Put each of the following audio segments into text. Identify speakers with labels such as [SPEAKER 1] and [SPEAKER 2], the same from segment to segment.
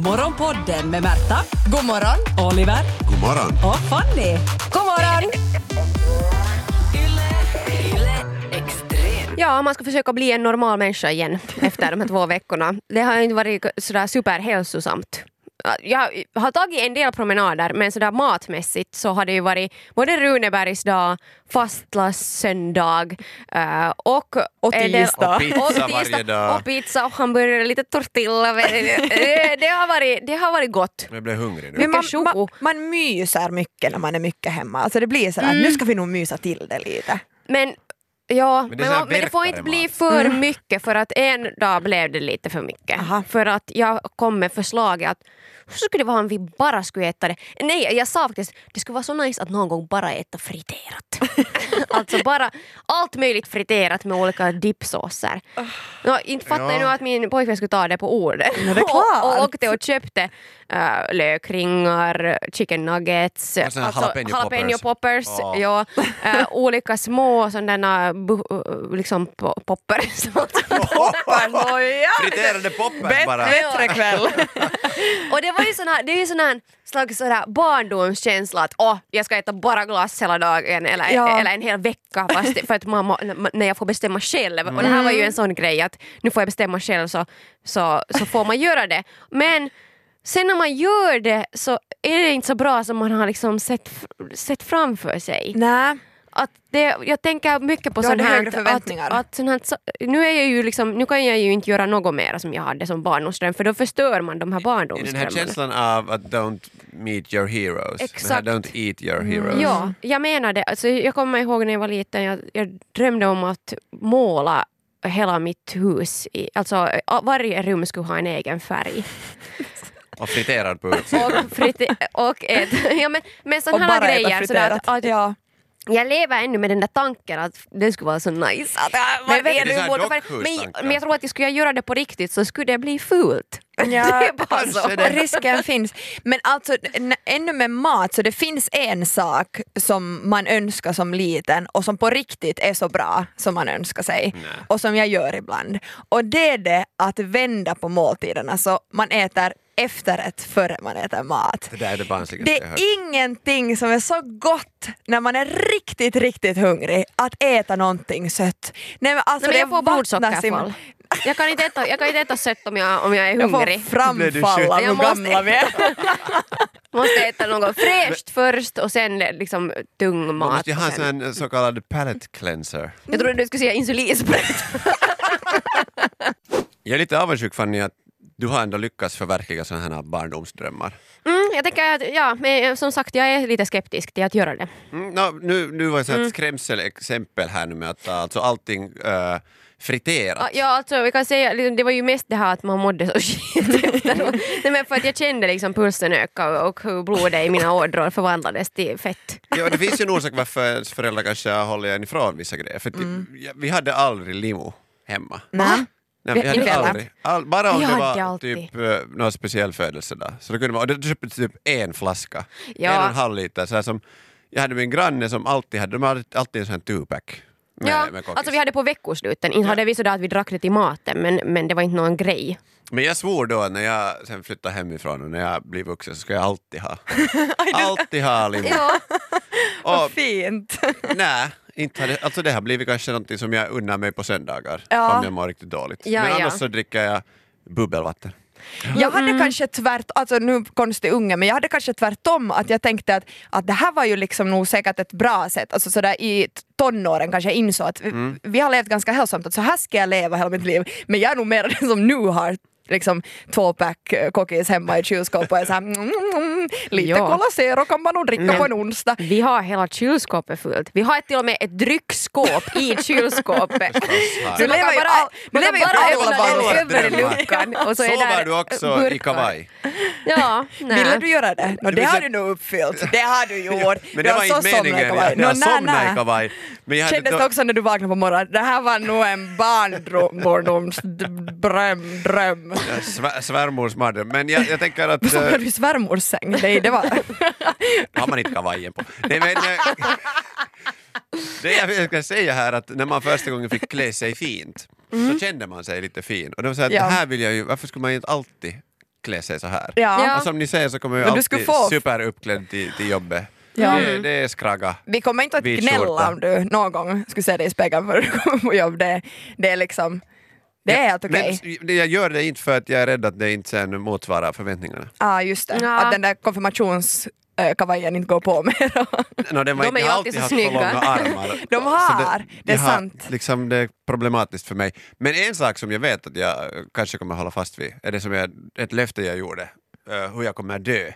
[SPEAKER 1] Morgonpodden med Märta,
[SPEAKER 2] God morgon!
[SPEAKER 1] Oliver
[SPEAKER 3] God morgon.
[SPEAKER 1] och Fanny.
[SPEAKER 2] God morgon! Ja, man ska försöka bli en normal människa igen efter de här två veckorna. Det har ju inte varit sådär superhälsosamt. Jag har tagit en del promenader men sådär matmässigt så har det ju varit både Runebergsdag, fastlandssöndag eh, och,
[SPEAKER 1] Och
[SPEAKER 2] en del-
[SPEAKER 1] tisdag.
[SPEAKER 4] Och pizza
[SPEAKER 2] och
[SPEAKER 4] varje
[SPEAKER 2] tisdag,
[SPEAKER 4] dag.
[SPEAKER 2] Och pizza och hamburgare, lite tortilla. Eh, det, har varit, det har varit gott.
[SPEAKER 4] Men jag blir hungrig nu.
[SPEAKER 2] Men-
[SPEAKER 5] man,
[SPEAKER 2] Mycket
[SPEAKER 5] man,
[SPEAKER 2] tjoho.
[SPEAKER 5] man myser mycket när man är mycket hemma. Alltså det blir så här, nu ska vi nog mysa till det lite.
[SPEAKER 2] Men ja,
[SPEAKER 4] Men
[SPEAKER 2] men
[SPEAKER 4] det
[SPEAKER 2] det,
[SPEAKER 4] är
[SPEAKER 2] men,
[SPEAKER 4] så här
[SPEAKER 2] det får inte
[SPEAKER 4] verkar det,
[SPEAKER 2] bli för mycket för att en dag blev det lite för mycket.
[SPEAKER 5] Aha.
[SPEAKER 2] För att jag kom med förslaget att hur skulle det vara om vi bara skulle äta det? Nej, jag sa faktiskt det skulle vara så nice att någon gång bara äta friterat. alltså bara allt möjligt friterat med olika dippsåser.
[SPEAKER 5] Ah.
[SPEAKER 2] Nå, inte fattar jag
[SPEAKER 4] Ja.
[SPEAKER 2] nu att min pojkvän skulle ta det på ordet.
[SPEAKER 5] Ja, det är klart.
[SPEAKER 2] och, och åkte och köpte äh, lökringar, chicken nuggets, alltså
[SPEAKER 4] Och såna jalapeno poppers.
[SPEAKER 2] poppers,
[SPEAKER 4] Ja.
[SPEAKER 2] ja, eh, olika små sådana bu- eh, liksom po- poppers.
[SPEAKER 4] Friterade poppers Mm. bara.
[SPEAKER 5] Bättre kväll.
[SPEAKER 2] och det var ju sån här, det är ju sån här slags sån här barndomskänsla att åh, jag ska äta bara glass hela dagen eller,
[SPEAKER 5] Ja.
[SPEAKER 2] eller en hel vecka fast det- för att mamma, när jag får bestämma själv. Och det här var ju en sån grej att nu får jag bestämma själv så, så, så får man göra det. Men sen när man gör det så är det inte så bra som man har liksom sett, f- sett framför sig
[SPEAKER 5] Nej.
[SPEAKER 2] att det, jag tänker mycket på
[SPEAKER 5] Du
[SPEAKER 2] sånt
[SPEAKER 5] hade
[SPEAKER 2] här,
[SPEAKER 5] högre
[SPEAKER 2] att,
[SPEAKER 5] förväntningar.
[SPEAKER 2] att sånt här så- nu, är jag ju liksom, nu kan jag ju inte göra något mer som jag hade som barndomsdröm för då förstör man
[SPEAKER 4] I
[SPEAKER 2] de här
[SPEAKER 4] den här
[SPEAKER 2] barndomsdrömmarna.
[SPEAKER 4] känslan av att don't meet your heroes. Den här
[SPEAKER 2] Exakt. Mm.
[SPEAKER 4] don't eat your heroes.
[SPEAKER 2] Ja, jag menar det. Alltså, jag kommer ihåg när jag var liten, jag, jag drömde om att måla hela mitt hus. I, alltså varje rum skulle ha en egen färg.
[SPEAKER 4] Och friterad på utsidan.
[SPEAKER 2] Och, frite, och, ett, ja, men, men
[SPEAKER 5] Och
[SPEAKER 2] sådana
[SPEAKER 5] bara
[SPEAKER 2] här
[SPEAKER 5] äta
[SPEAKER 2] grejer. Sådär,
[SPEAKER 5] friterat.
[SPEAKER 2] att, att,
[SPEAKER 5] ja.
[SPEAKER 2] jag lever ännu med den där tanken att det skulle vara så nice. Att, äh,
[SPEAKER 5] Men
[SPEAKER 2] men,
[SPEAKER 5] vet-
[SPEAKER 2] vet,
[SPEAKER 4] Det är så här
[SPEAKER 2] men,
[SPEAKER 4] dockhustankar.
[SPEAKER 2] men jag tror att jag skulle jag göra det på riktigt så skulle det bli fult. det är bara så.
[SPEAKER 4] kanske det.
[SPEAKER 5] Risken finns. Men alltså n- ännu med mat, så det finns en sak som man önskar som liten och som på riktigt är så bra som man önskar sig och som jag gör ibland. Och det är det att vända på måltiderna så man äter efterrätt före man äter mat.
[SPEAKER 4] Det där är det barnsligaste
[SPEAKER 5] Det
[SPEAKER 4] jag hört.
[SPEAKER 5] är ingenting som är så gott när man är riktigt, riktigt hungrig att äta någonting sött. Nej, men alltså
[SPEAKER 2] Nej, men jag
[SPEAKER 5] det
[SPEAKER 2] får
[SPEAKER 5] vattnas i-
[SPEAKER 2] blodsockerfall. Jag kan inte äta, jag kan inte äta sött om jag, om jag är
[SPEAKER 5] Jag får
[SPEAKER 2] hungrig.
[SPEAKER 4] Blev du
[SPEAKER 5] framfall
[SPEAKER 4] skjuten?
[SPEAKER 5] av hur
[SPEAKER 2] Jag måste-
[SPEAKER 5] gamla vi är.
[SPEAKER 2] Måste äta något fräscht först och sen liksom tung
[SPEAKER 4] Man
[SPEAKER 2] mat.
[SPEAKER 4] måste ju ha
[SPEAKER 2] och
[SPEAKER 4] en sån
[SPEAKER 2] sen.
[SPEAKER 4] här så kallad palate cleanser.
[SPEAKER 2] Jag trodde du skulle säga insulinspray.
[SPEAKER 4] Jag är lite avundsjuk Fanny att du har ändå lyckats förverkliga sådana här barndomsdrömmar.
[SPEAKER 2] Mm, jag tänker att, ja, men eh, som sagt jag är lite skeptisk till att göra det.
[SPEAKER 4] Mm, nå, nu, nu var det så
[SPEAKER 2] Mm.
[SPEAKER 4] här ett skrämselexempel här nu med att ta alltså allting eh, friterat.
[SPEAKER 2] Ja, alltså, vi kan säga, liksom, det var ju mest det här att man mådde så skit efteråt. Nej, men för att jag kände liksom pulsen öka och, och hur blodet i mina ådror förvandlades till fett.
[SPEAKER 4] Ja, det finns ju en orsak varför ens föräldrar kanske håller en ifrån vissa grejer. För att
[SPEAKER 2] Mm.
[SPEAKER 4] ja, vi hade aldrig limo hemma.
[SPEAKER 5] Nej.
[SPEAKER 4] Nej, vi hade
[SPEAKER 5] Inte heller.
[SPEAKER 4] aldrig. All, bara om
[SPEAKER 2] Vi
[SPEAKER 4] det
[SPEAKER 2] hade
[SPEAKER 4] var
[SPEAKER 2] alltid.
[SPEAKER 4] typ, eh, någon speciell födelsedag. Så då kunde man, och då köpte typ en flaska,
[SPEAKER 2] Ja.
[SPEAKER 4] en och en halv liter. Så här som, jag hade min granne som alltid hade, de hade alltid en sån här two-pack med,
[SPEAKER 2] ja,
[SPEAKER 4] med kokis.
[SPEAKER 2] alltså vi hade på veckosluten, inte hade vi sådär att vi drack det till maten men, men det var inte någon grej.
[SPEAKER 4] Men jag svor då när jag sen flyttade hemifrån och när jag blir vuxen så ska jag alltid ha, alltid ha limo.
[SPEAKER 2] Ja,
[SPEAKER 4] Och,
[SPEAKER 5] Fint.
[SPEAKER 4] nej, inte hade, alltså det har blivit kanske någonting som jag unnar mig på söndagar
[SPEAKER 5] Ja.
[SPEAKER 4] om jag mår riktigt dåligt.
[SPEAKER 2] Ja,
[SPEAKER 4] Men
[SPEAKER 2] ja.
[SPEAKER 4] annars så dricker jag bubbelvatten.
[SPEAKER 5] Jag
[SPEAKER 2] Mm.
[SPEAKER 5] hade kanske tvärt, alltså nu konstig unge, men jag hade kanske tvärtom att jag tänkte att, att det här var ju liksom nog säkert ett bra sätt, alltså sådär i t- tonåren kanske jag insåg att vi,
[SPEAKER 4] Mm.
[SPEAKER 5] vi har levt ganska hälsosamt, att så här ska jag leva hela mitt liv, men jag är nog mer den som nu har liksom tvåpack eh, kokis hemma i kylskåpet och är så här, mm, mm, mm, lite
[SPEAKER 2] Ja.
[SPEAKER 5] Cola Zero kan man nog dricka
[SPEAKER 2] Men-
[SPEAKER 5] på en onsdag.
[SPEAKER 2] vi har hela kylskåpet fullt. Vi har till och med ett dryckskåp i kylskåpet.
[SPEAKER 4] här.
[SPEAKER 2] Så
[SPEAKER 5] Du
[SPEAKER 2] man
[SPEAKER 5] lever
[SPEAKER 2] kan
[SPEAKER 5] ju
[SPEAKER 2] bara,
[SPEAKER 5] all- du
[SPEAKER 2] man kan
[SPEAKER 5] lever ju
[SPEAKER 2] bara
[SPEAKER 5] på alla
[SPEAKER 2] öppna den
[SPEAKER 4] barndomsdrömmar.
[SPEAKER 2] övre luckan och så är
[SPEAKER 4] Sover
[SPEAKER 2] där eh,
[SPEAKER 4] du också
[SPEAKER 2] burkar.
[SPEAKER 4] i kavaj?
[SPEAKER 2] Ja, nej.
[SPEAKER 5] Ville du göra det? No, det
[SPEAKER 4] vill
[SPEAKER 5] har
[SPEAKER 4] säga-
[SPEAKER 5] du nog uppfyllt. Det har du gjort.
[SPEAKER 4] Men
[SPEAKER 5] Du
[SPEAKER 4] det
[SPEAKER 5] har
[SPEAKER 4] var
[SPEAKER 5] så
[SPEAKER 4] inte
[SPEAKER 5] somnat i
[SPEAKER 4] meningen.
[SPEAKER 5] kavaj.
[SPEAKER 4] Jag, jag
[SPEAKER 5] Nå, nä,
[SPEAKER 4] somnade
[SPEAKER 5] nä.
[SPEAKER 4] i kavaj. Men jag hade
[SPEAKER 5] Kändes
[SPEAKER 4] då-
[SPEAKER 5] det också när du vaknade på morgonen, det här var nog en barndomsdröm. Dröm.
[SPEAKER 4] Svär, svärmors mardröm. Men jag, jag tänker att...
[SPEAKER 5] Som
[SPEAKER 4] eh,
[SPEAKER 5] när du i svärmors säng. Nej, det var...
[SPEAKER 4] har man inte kavajen på. Nej, men, eh, det jag vill ska säga här att när man första gången fick klä sig fint så kände man sig lite fin. Och det var så här,
[SPEAKER 5] Mm. Ja.
[SPEAKER 4] det här vill jag ju, varför skulle man inte alltid klä sig så här.
[SPEAKER 5] Ja.
[SPEAKER 2] Ja.
[SPEAKER 4] Och som ni ser så kommer jag
[SPEAKER 5] Men du skulle
[SPEAKER 4] alltid
[SPEAKER 5] få-
[SPEAKER 4] superuppklädd till, till jobbet.
[SPEAKER 5] Ja.
[SPEAKER 4] Det, det är skragga.
[SPEAKER 5] Vi kommer inte att
[SPEAKER 4] Vit
[SPEAKER 5] gnälla
[SPEAKER 4] skjorta.
[SPEAKER 5] om du någon gång skulle se dig i spegeln för du kommer på jobb. Det, det är liksom, det är helt okej.
[SPEAKER 4] Men det- jag gör det inte för att jag är rädd att det inte sen motsvarar förväntningarna.
[SPEAKER 5] Ja, just det.
[SPEAKER 2] Ja.
[SPEAKER 5] Att den där konfirmationskavajen inte går på mer. Ah,
[SPEAKER 4] No, den var
[SPEAKER 2] De
[SPEAKER 4] inte
[SPEAKER 2] är ju
[SPEAKER 4] jag
[SPEAKER 2] alltid så
[SPEAKER 4] haft för långa
[SPEAKER 2] snygga.
[SPEAKER 4] armar.
[SPEAKER 5] De
[SPEAKER 4] Så
[SPEAKER 5] har, det är
[SPEAKER 4] jag
[SPEAKER 5] sant.
[SPEAKER 4] liksom, det är problematiskt för mig. Men en sak som jag vet att jag eh, kanske kommer hålla fast vid är det som jag, ett löfte jag gjorde, eh, hur jag kommer dö.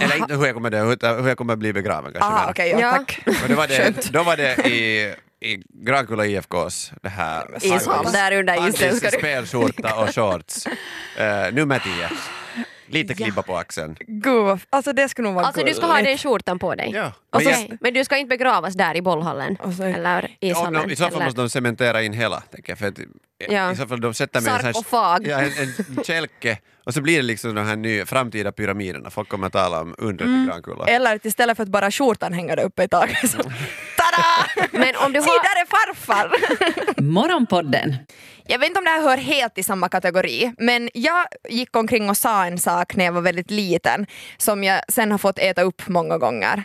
[SPEAKER 4] Eller inte hur jag kommer dö, utan hur jag kommer bli begraven kanske.
[SPEAKER 5] ah,
[SPEAKER 4] men-
[SPEAKER 5] okej, ja,
[SPEAKER 2] Ja.
[SPEAKER 5] tack.
[SPEAKER 4] Och det var det,
[SPEAKER 5] Skönt.
[SPEAKER 4] då var det i, i Grankulla IFKs det här
[SPEAKER 2] Ishall,
[SPEAKER 4] Agnes-
[SPEAKER 2] där under isen
[SPEAKER 4] Agnes
[SPEAKER 2] ska du-
[SPEAKER 4] spelskjorta och shorts. Eh, nummer tio. Lite klibba på axeln.
[SPEAKER 5] Gud, vad- alltså det skulle nog vara
[SPEAKER 2] Alltså du ska ha den skjortan på dig?
[SPEAKER 4] Ja.
[SPEAKER 2] Okej,
[SPEAKER 4] Men
[SPEAKER 2] Men, du ska inte begravas där i bollhallen?
[SPEAKER 5] Alltså-
[SPEAKER 2] eller
[SPEAKER 4] Om
[SPEAKER 2] ishallen?
[SPEAKER 4] de, I så fall
[SPEAKER 2] eller-
[SPEAKER 4] måste de cementera in hela, tänker jag. För att,
[SPEAKER 2] Ja.
[SPEAKER 4] I så fall de sätter mig i en sån här-
[SPEAKER 2] Sarkofag.
[SPEAKER 4] Ja, en, en kälke. Och så blir det liksom de här nya framtida pyramiderna. Folk kommer att tala om undret i Grankulla.
[SPEAKER 5] Eller att istället för att bara skjortan hänga där uppe i taket så... Tada!
[SPEAKER 2] Men om du
[SPEAKER 5] Se,
[SPEAKER 2] har...
[SPEAKER 5] där är farfar!
[SPEAKER 1] Morgonpodden
[SPEAKER 5] Jag vet inte om det här hör helt till samma kategori, men jag gick omkring och sa en sak när jag var väldigt liten som jag sen har fått äta upp många gånger.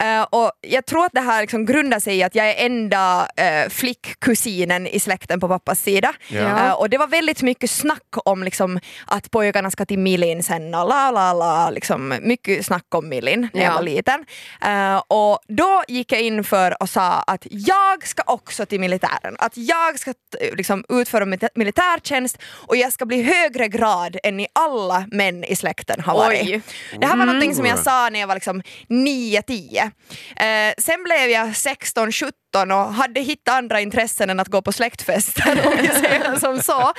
[SPEAKER 5] Eh, och jag tror att det här liksom grundar sig i att jag är enda eh, flickkusinen i släkten på pappas sida.
[SPEAKER 4] Ja.
[SPEAKER 5] Eh, och det var väldigt mycket snack om liksom, att pojkarna ska till Milin sen och la la la. Liksom, mycket snack om Milin när jag
[SPEAKER 2] Ja.
[SPEAKER 5] var liten. Eh, och då gick jag in för och sa att jag ska också till militären. Att jag ska eh, liksom, utföra militä- militärtjänst och jag ska bli högre grad än ni alla män i släkten har varit.
[SPEAKER 2] Oj.
[SPEAKER 5] Det här var någonting som jag
[SPEAKER 4] Mm.
[SPEAKER 5] sa när jag var liksom 9-10. Eh, sen blev jag 16-17 och hade hittat andra intressen än att gå på släktfester om vi säger som så.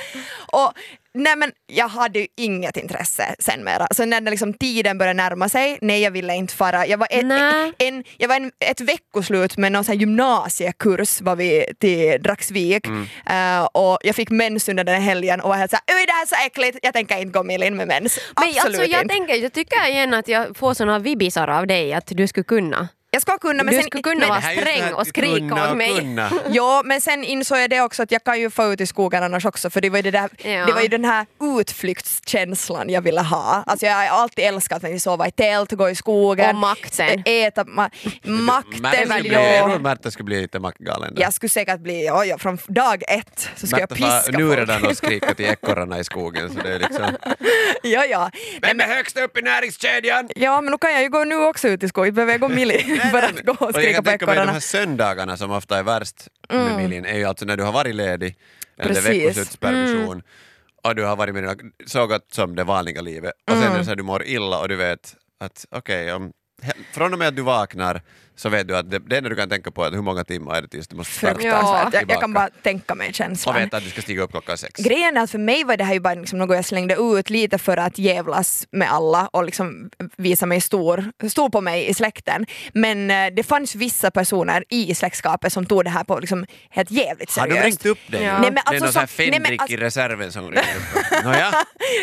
[SPEAKER 5] Och, nej men jag hade ju inget intresse sen mera. Så när den liksom tiden började närma sig, nej jag ville inte fara. Jag var, ett,
[SPEAKER 2] Nej.
[SPEAKER 5] en, jag var en, ett veckoslut med någon sån här gymnasiekurs var vi till Dragsvik Eh, och jag fick mens under den här helgen och var helt såhär "Uj, det här är så äckligt, jag tänker inte gå med in med mens.
[SPEAKER 2] Men
[SPEAKER 5] Absolut
[SPEAKER 2] alltså, jag,
[SPEAKER 5] inte.
[SPEAKER 2] tänker, jag tycker igen att jag får såna vibbisar av dig att du skulle kunna.
[SPEAKER 5] Jag ska kunna men
[SPEAKER 2] du
[SPEAKER 5] sen,
[SPEAKER 2] skulle kunna
[SPEAKER 5] men-
[SPEAKER 2] vara
[SPEAKER 4] Det här är ju
[SPEAKER 2] sträng
[SPEAKER 4] sån här
[SPEAKER 2] och skrika
[SPEAKER 4] kunna
[SPEAKER 2] åt
[SPEAKER 4] och
[SPEAKER 2] mig.
[SPEAKER 4] kunna.
[SPEAKER 5] Ja, men sen insåg jag det också att jag kan ju få ut i skogen annars också för det var ju, det där,
[SPEAKER 2] Ja.
[SPEAKER 5] det var ju den här utflyktskänslan jag ville ha. Alltså jag har alltid älskat att sova i tält, gå i skogen,
[SPEAKER 2] Och makten.
[SPEAKER 5] äta ma-
[SPEAKER 4] Märta
[SPEAKER 5] makten.
[SPEAKER 4] skulle bli- Jag tror
[SPEAKER 5] ja.
[SPEAKER 4] Märta skulle bli lite maktgalen. där.
[SPEAKER 5] Jag skulle säkert bli, ja, ja, från dag ett så skulle jag
[SPEAKER 4] Märta sa,
[SPEAKER 5] piska
[SPEAKER 4] nu
[SPEAKER 5] folk.
[SPEAKER 4] redan och skrika till ekorrarna i skogen. Så det är liksom...
[SPEAKER 5] ja, ja.
[SPEAKER 4] Vem är högst upp i näringskedjan?
[SPEAKER 5] ja, men nu kan jag ju gå nu också ut i skogen, behöver jag gå mili för att gå och
[SPEAKER 4] Och jag
[SPEAKER 5] skrika
[SPEAKER 4] kan
[SPEAKER 5] på
[SPEAKER 4] tänka mig de
[SPEAKER 5] ekorrarna.
[SPEAKER 4] här söndagarna som ofta är värst med Milin är ju alltså när du har varit ledig eller
[SPEAKER 5] Precis.
[SPEAKER 4] veckoslutspermission och du har varit med dina, så gott som det vanliga livet och sen är det så här, du mår illa och du vet att okej, om he- från och med att du vaknar så vet du att det, det enda du kan tänka på är hur många timmar är det tills du måste starta
[SPEAKER 5] Fruktansvärt. Jag, jag
[SPEAKER 4] tillbaka.
[SPEAKER 5] kan bara tänka mig känslan.
[SPEAKER 4] och veta att du ska stiga upp klockan sex.
[SPEAKER 5] Grejen är att för mig var det här ju bara liksom något jag slängde ut lite för att jävlas med alla och liksom visa mig stor, stor på mig i släkten. Men eh, det fanns vissa personer i släktskapet som tog det här på liksom helt jävligt
[SPEAKER 4] har de
[SPEAKER 5] seriöst.
[SPEAKER 4] ringt upp dig?
[SPEAKER 2] Ja.
[SPEAKER 5] Nej, men
[SPEAKER 4] det är
[SPEAKER 5] alltså
[SPEAKER 4] någon sån här
[SPEAKER 5] som- nej, men
[SPEAKER 4] Fenrik
[SPEAKER 5] alltså-
[SPEAKER 4] i reserven som ringer upp. Nåja,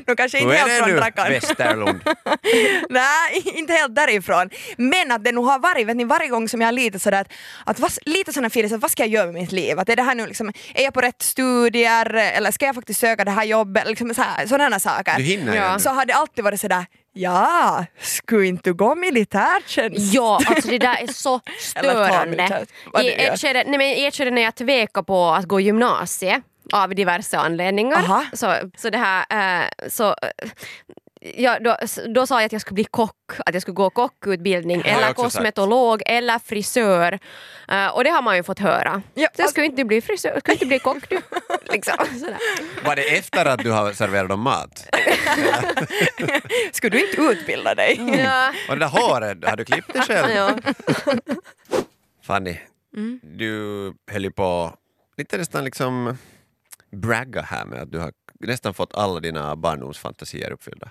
[SPEAKER 5] De kanske
[SPEAKER 4] hur
[SPEAKER 5] inte helt
[SPEAKER 4] är
[SPEAKER 5] från
[SPEAKER 4] det nu
[SPEAKER 5] Drakan.
[SPEAKER 4] Västerlund?
[SPEAKER 5] Nej, inte helt därifrån. Men att det nog har varit, vet ni, varje gång som jag har lite sådär att, att vad, lite sådana feelings, att vad ska jag göra med mitt liv? Att är det här nu liksom, är jag på rätt studier eller ska jag faktiskt söka det här jobbet? Liksom så här, sådana saker.
[SPEAKER 4] Du hinner ju
[SPEAKER 2] Ja.
[SPEAKER 4] ännu.
[SPEAKER 5] så har det alltid varit sådär Ja, skulle inte du gå militärtjänst?
[SPEAKER 2] Ja, alltså det där är så
[SPEAKER 5] Eller ta min
[SPEAKER 2] störande.
[SPEAKER 5] tjänst. Vad
[SPEAKER 2] I
[SPEAKER 5] det är.
[SPEAKER 2] ett skede- nej, men I ett skede när jag tvekade på att gå gymnasiet av diverse
[SPEAKER 5] Aha.
[SPEAKER 2] anledningar så, så det här eh, så eh, Ja, då, då sa jag att jag skulle bli kock, att jag skulle gå kockutbildning
[SPEAKER 4] Det har jag
[SPEAKER 2] eller
[SPEAKER 4] också sagt.
[SPEAKER 2] kosmetolog eller frisör. Eh, och det har man ju fått höra.
[SPEAKER 5] Ja, alltså-
[SPEAKER 2] så jag skulle inte bli frisör, skulle inte bli kock du. liksom, sådär.
[SPEAKER 4] Var det efter att du har serverat dem mat?
[SPEAKER 5] Skulle du inte utbilda dig?
[SPEAKER 2] Ja,
[SPEAKER 4] Mm. Och det där håret, har du klippt det själv?
[SPEAKER 2] ja. Mm.
[SPEAKER 4] Fanny, du höll ju på lite nästan liksom bragga här med att du har nästan fått alla dina barndomsfantasier uppfyllda.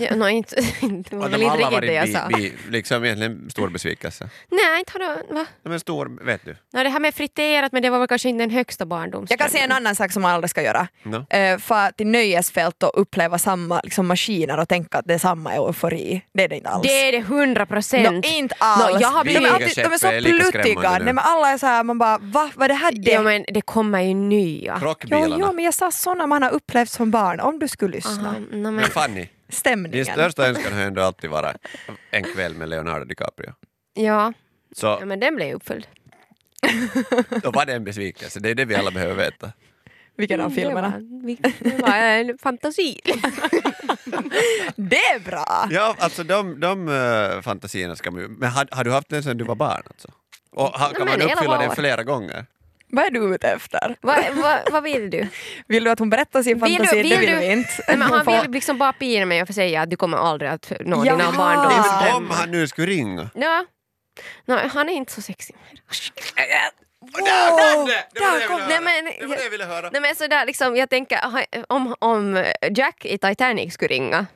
[SPEAKER 2] Ja, nej, inte, det var
[SPEAKER 4] Och
[SPEAKER 2] väl inte
[SPEAKER 4] alla
[SPEAKER 2] riktigt det Mm, jag
[SPEAKER 4] bi-
[SPEAKER 2] sa.
[SPEAKER 4] bi- liksom egentligen stor besvikelse.
[SPEAKER 2] Nej, inte har du, va?
[SPEAKER 4] Ja, Men stor, vet du.
[SPEAKER 2] Ja, det här med friterat, men det var väl kanske inte den högsta barndomsdrömmen.
[SPEAKER 5] Jag kan säga en annan sak som man aldrig ska göra.
[SPEAKER 4] No.
[SPEAKER 5] Eh, Fara till nöjesfält och uppleva samma liksom, maskiner och tänka att det är samma eufori. Det är det inte alls.
[SPEAKER 2] Det är det hundra
[SPEAKER 5] No,
[SPEAKER 2] procent.
[SPEAKER 5] inte alls.
[SPEAKER 2] Nå, jag har
[SPEAKER 5] de,
[SPEAKER 4] blivit-
[SPEAKER 5] är alltid, de är så
[SPEAKER 4] Vinkäppar är lika
[SPEAKER 5] pluttiga.
[SPEAKER 4] skrämmande nu.
[SPEAKER 5] Nej, men alla är så här, man bara va, vad är det här? Det?
[SPEAKER 2] Ja, men det kommer ju nya.
[SPEAKER 5] jo,
[SPEAKER 4] Krockbilarna.
[SPEAKER 5] jo, men jag sa sådana man har upplevt som barn, om du skulle lyssna.
[SPEAKER 2] Aha, nå, men,
[SPEAKER 4] Men Fanny,
[SPEAKER 5] stämningen.
[SPEAKER 4] Din största önskan har ju ändå alltid varit en kväll med Leonardo DiCaprio.
[SPEAKER 2] Ja, ja
[SPEAKER 4] Så
[SPEAKER 2] men den blev uppföljd.
[SPEAKER 4] då var det en besvikelse, det är det vi alla behöver veta.
[SPEAKER 5] Vilken av
[SPEAKER 2] Mm, det
[SPEAKER 5] filmerna?
[SPEAKER 2] var- vi- Det var en fantasi.
[SPEAKER 5] Det är bra!
[SPEAKER 4] Ja, alltså de, de eh, fantasierna ska man ju... Men har, har du haft den sedan du var barn alltså? Och har, kan
[SPEAKER 2] men
[SPEAKER 4] man
[SPEAKER 2] hela
[SPEAKER 4] uppfylla den
[SPEAKER 2] år.
[SPEAKER 4] flera gånger?
[SPEAKER 5] Vad är du ute efter?
[SPEAKER 2] Vad va, vad vill du?
[SPEAKER 5] Vill du att hon berättar sin
[SPEAKER 2] Vill du-
[SPEAKER 5] fantasi?
[SPEAKER 2] vill
[SPEAKER 5] det vill
[SPEAKER 2] du-
[SPEAKER 5] vi inte.
[SPEAKER 2] Nej, men
[SPEAKER 5] Hon
[SPEAKER 2] han
[SPEAKER 5] får-
[SPEAKER 2] vill liksom bara pira mig och säga att du kommer aldrig att nå
[SPEAKER 5] Ja.
[SPEAKER 2] dina
[SPEAKER 5] Ah.
[SPEAKER 4] Inte om
[SPEAKER 2] barndomsdrömmar.
[SPEAKER 4] han nu skulle ringa.
[SPEAKER 2] Ja. Nej, han är inte så sexig mer.
[SPEAKER 4] Och där kom det! Det var
[SPEAKER 5] Där
[SPEAKER 4] det jag
[SPEAKER 5] kom-
[SPEAKER 4] ville
[SPEAKER 2] Nej,
[SPEAKER 4] höra.
[SPEAKER 2] men-
[SPEAKER 4] Det var det jag ville höra.
[SPEAKER 2] Nej men sådär liksom, jag tänker ha- om, om Jack i Titanic skulle ringa.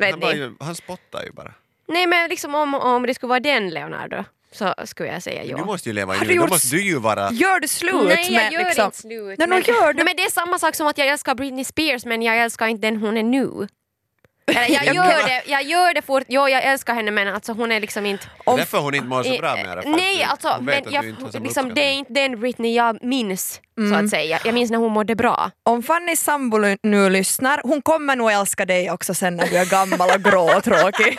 [SPEAKER 2] Vet
[SPEAKER 4] Han, bara
[SPEAKER 2] ni?
[SPEAKER 4] ju, han spottar ju bara.
[SPEAKER 2] Nej men liksom om, om det skulle vara den Leonardo så skulle jag säga
[SPEAKER 4] Du
[SPEAKER 2] ja.
[SPEAKER 4] måste ju leva i
[SPEAKER 5] Har du
[SPEAKER 4] nuet, då
[SPEAKER 5] gjort-
[SPEAKER 4] måste du ju vara...
[SPEAKER 5] Gör du slut
[SPEAKER 2] Nej jag
[SPEAKER 5] med
[SPEAKER 2] gör
[SPEAKER 5] liksom...
[SPEAKER 2] inte slut.
[SPEAKER 5] Nej, men gör du?
[SPEAKER 2] Nej, men det är samma sak som att jag älskar Britney Spears men jag älskar inte den hon är nu. Eller, jag, gör det, jag gör det fort, jo jag älskar henne men alltså hon är liksom inte...
[SPEAKER 4] Det är
[SPEAKER 5] Om-
[SPEAKER 4] därför hon inte mår så bra med det. för att
[SPEAKER 2] Nej,
[SPEAKER 4] du-
[SPEAKER 2] alltså,
[SPEAKER 4] hon vet
[SPEAKER 2] men
[SPEAKER 4] att
[SPEAKER 2] jag,
[SPEAKER 4] du inte har samma
[SPEAKER 2] liksom, det
[SPEAKER 4] uppskattning.
[SPEAKER 2] är inte den Britney jag minns, så
[SPEAKER 5] Mm.
[SPEAKER 2] att säga. Jag minns när hon mådde bra.
[SPEAKER 5] Om Fannys sambo lu- nu lyssnar, hon kommer nog älska dig också sen när du är gammal och grå och tråkig.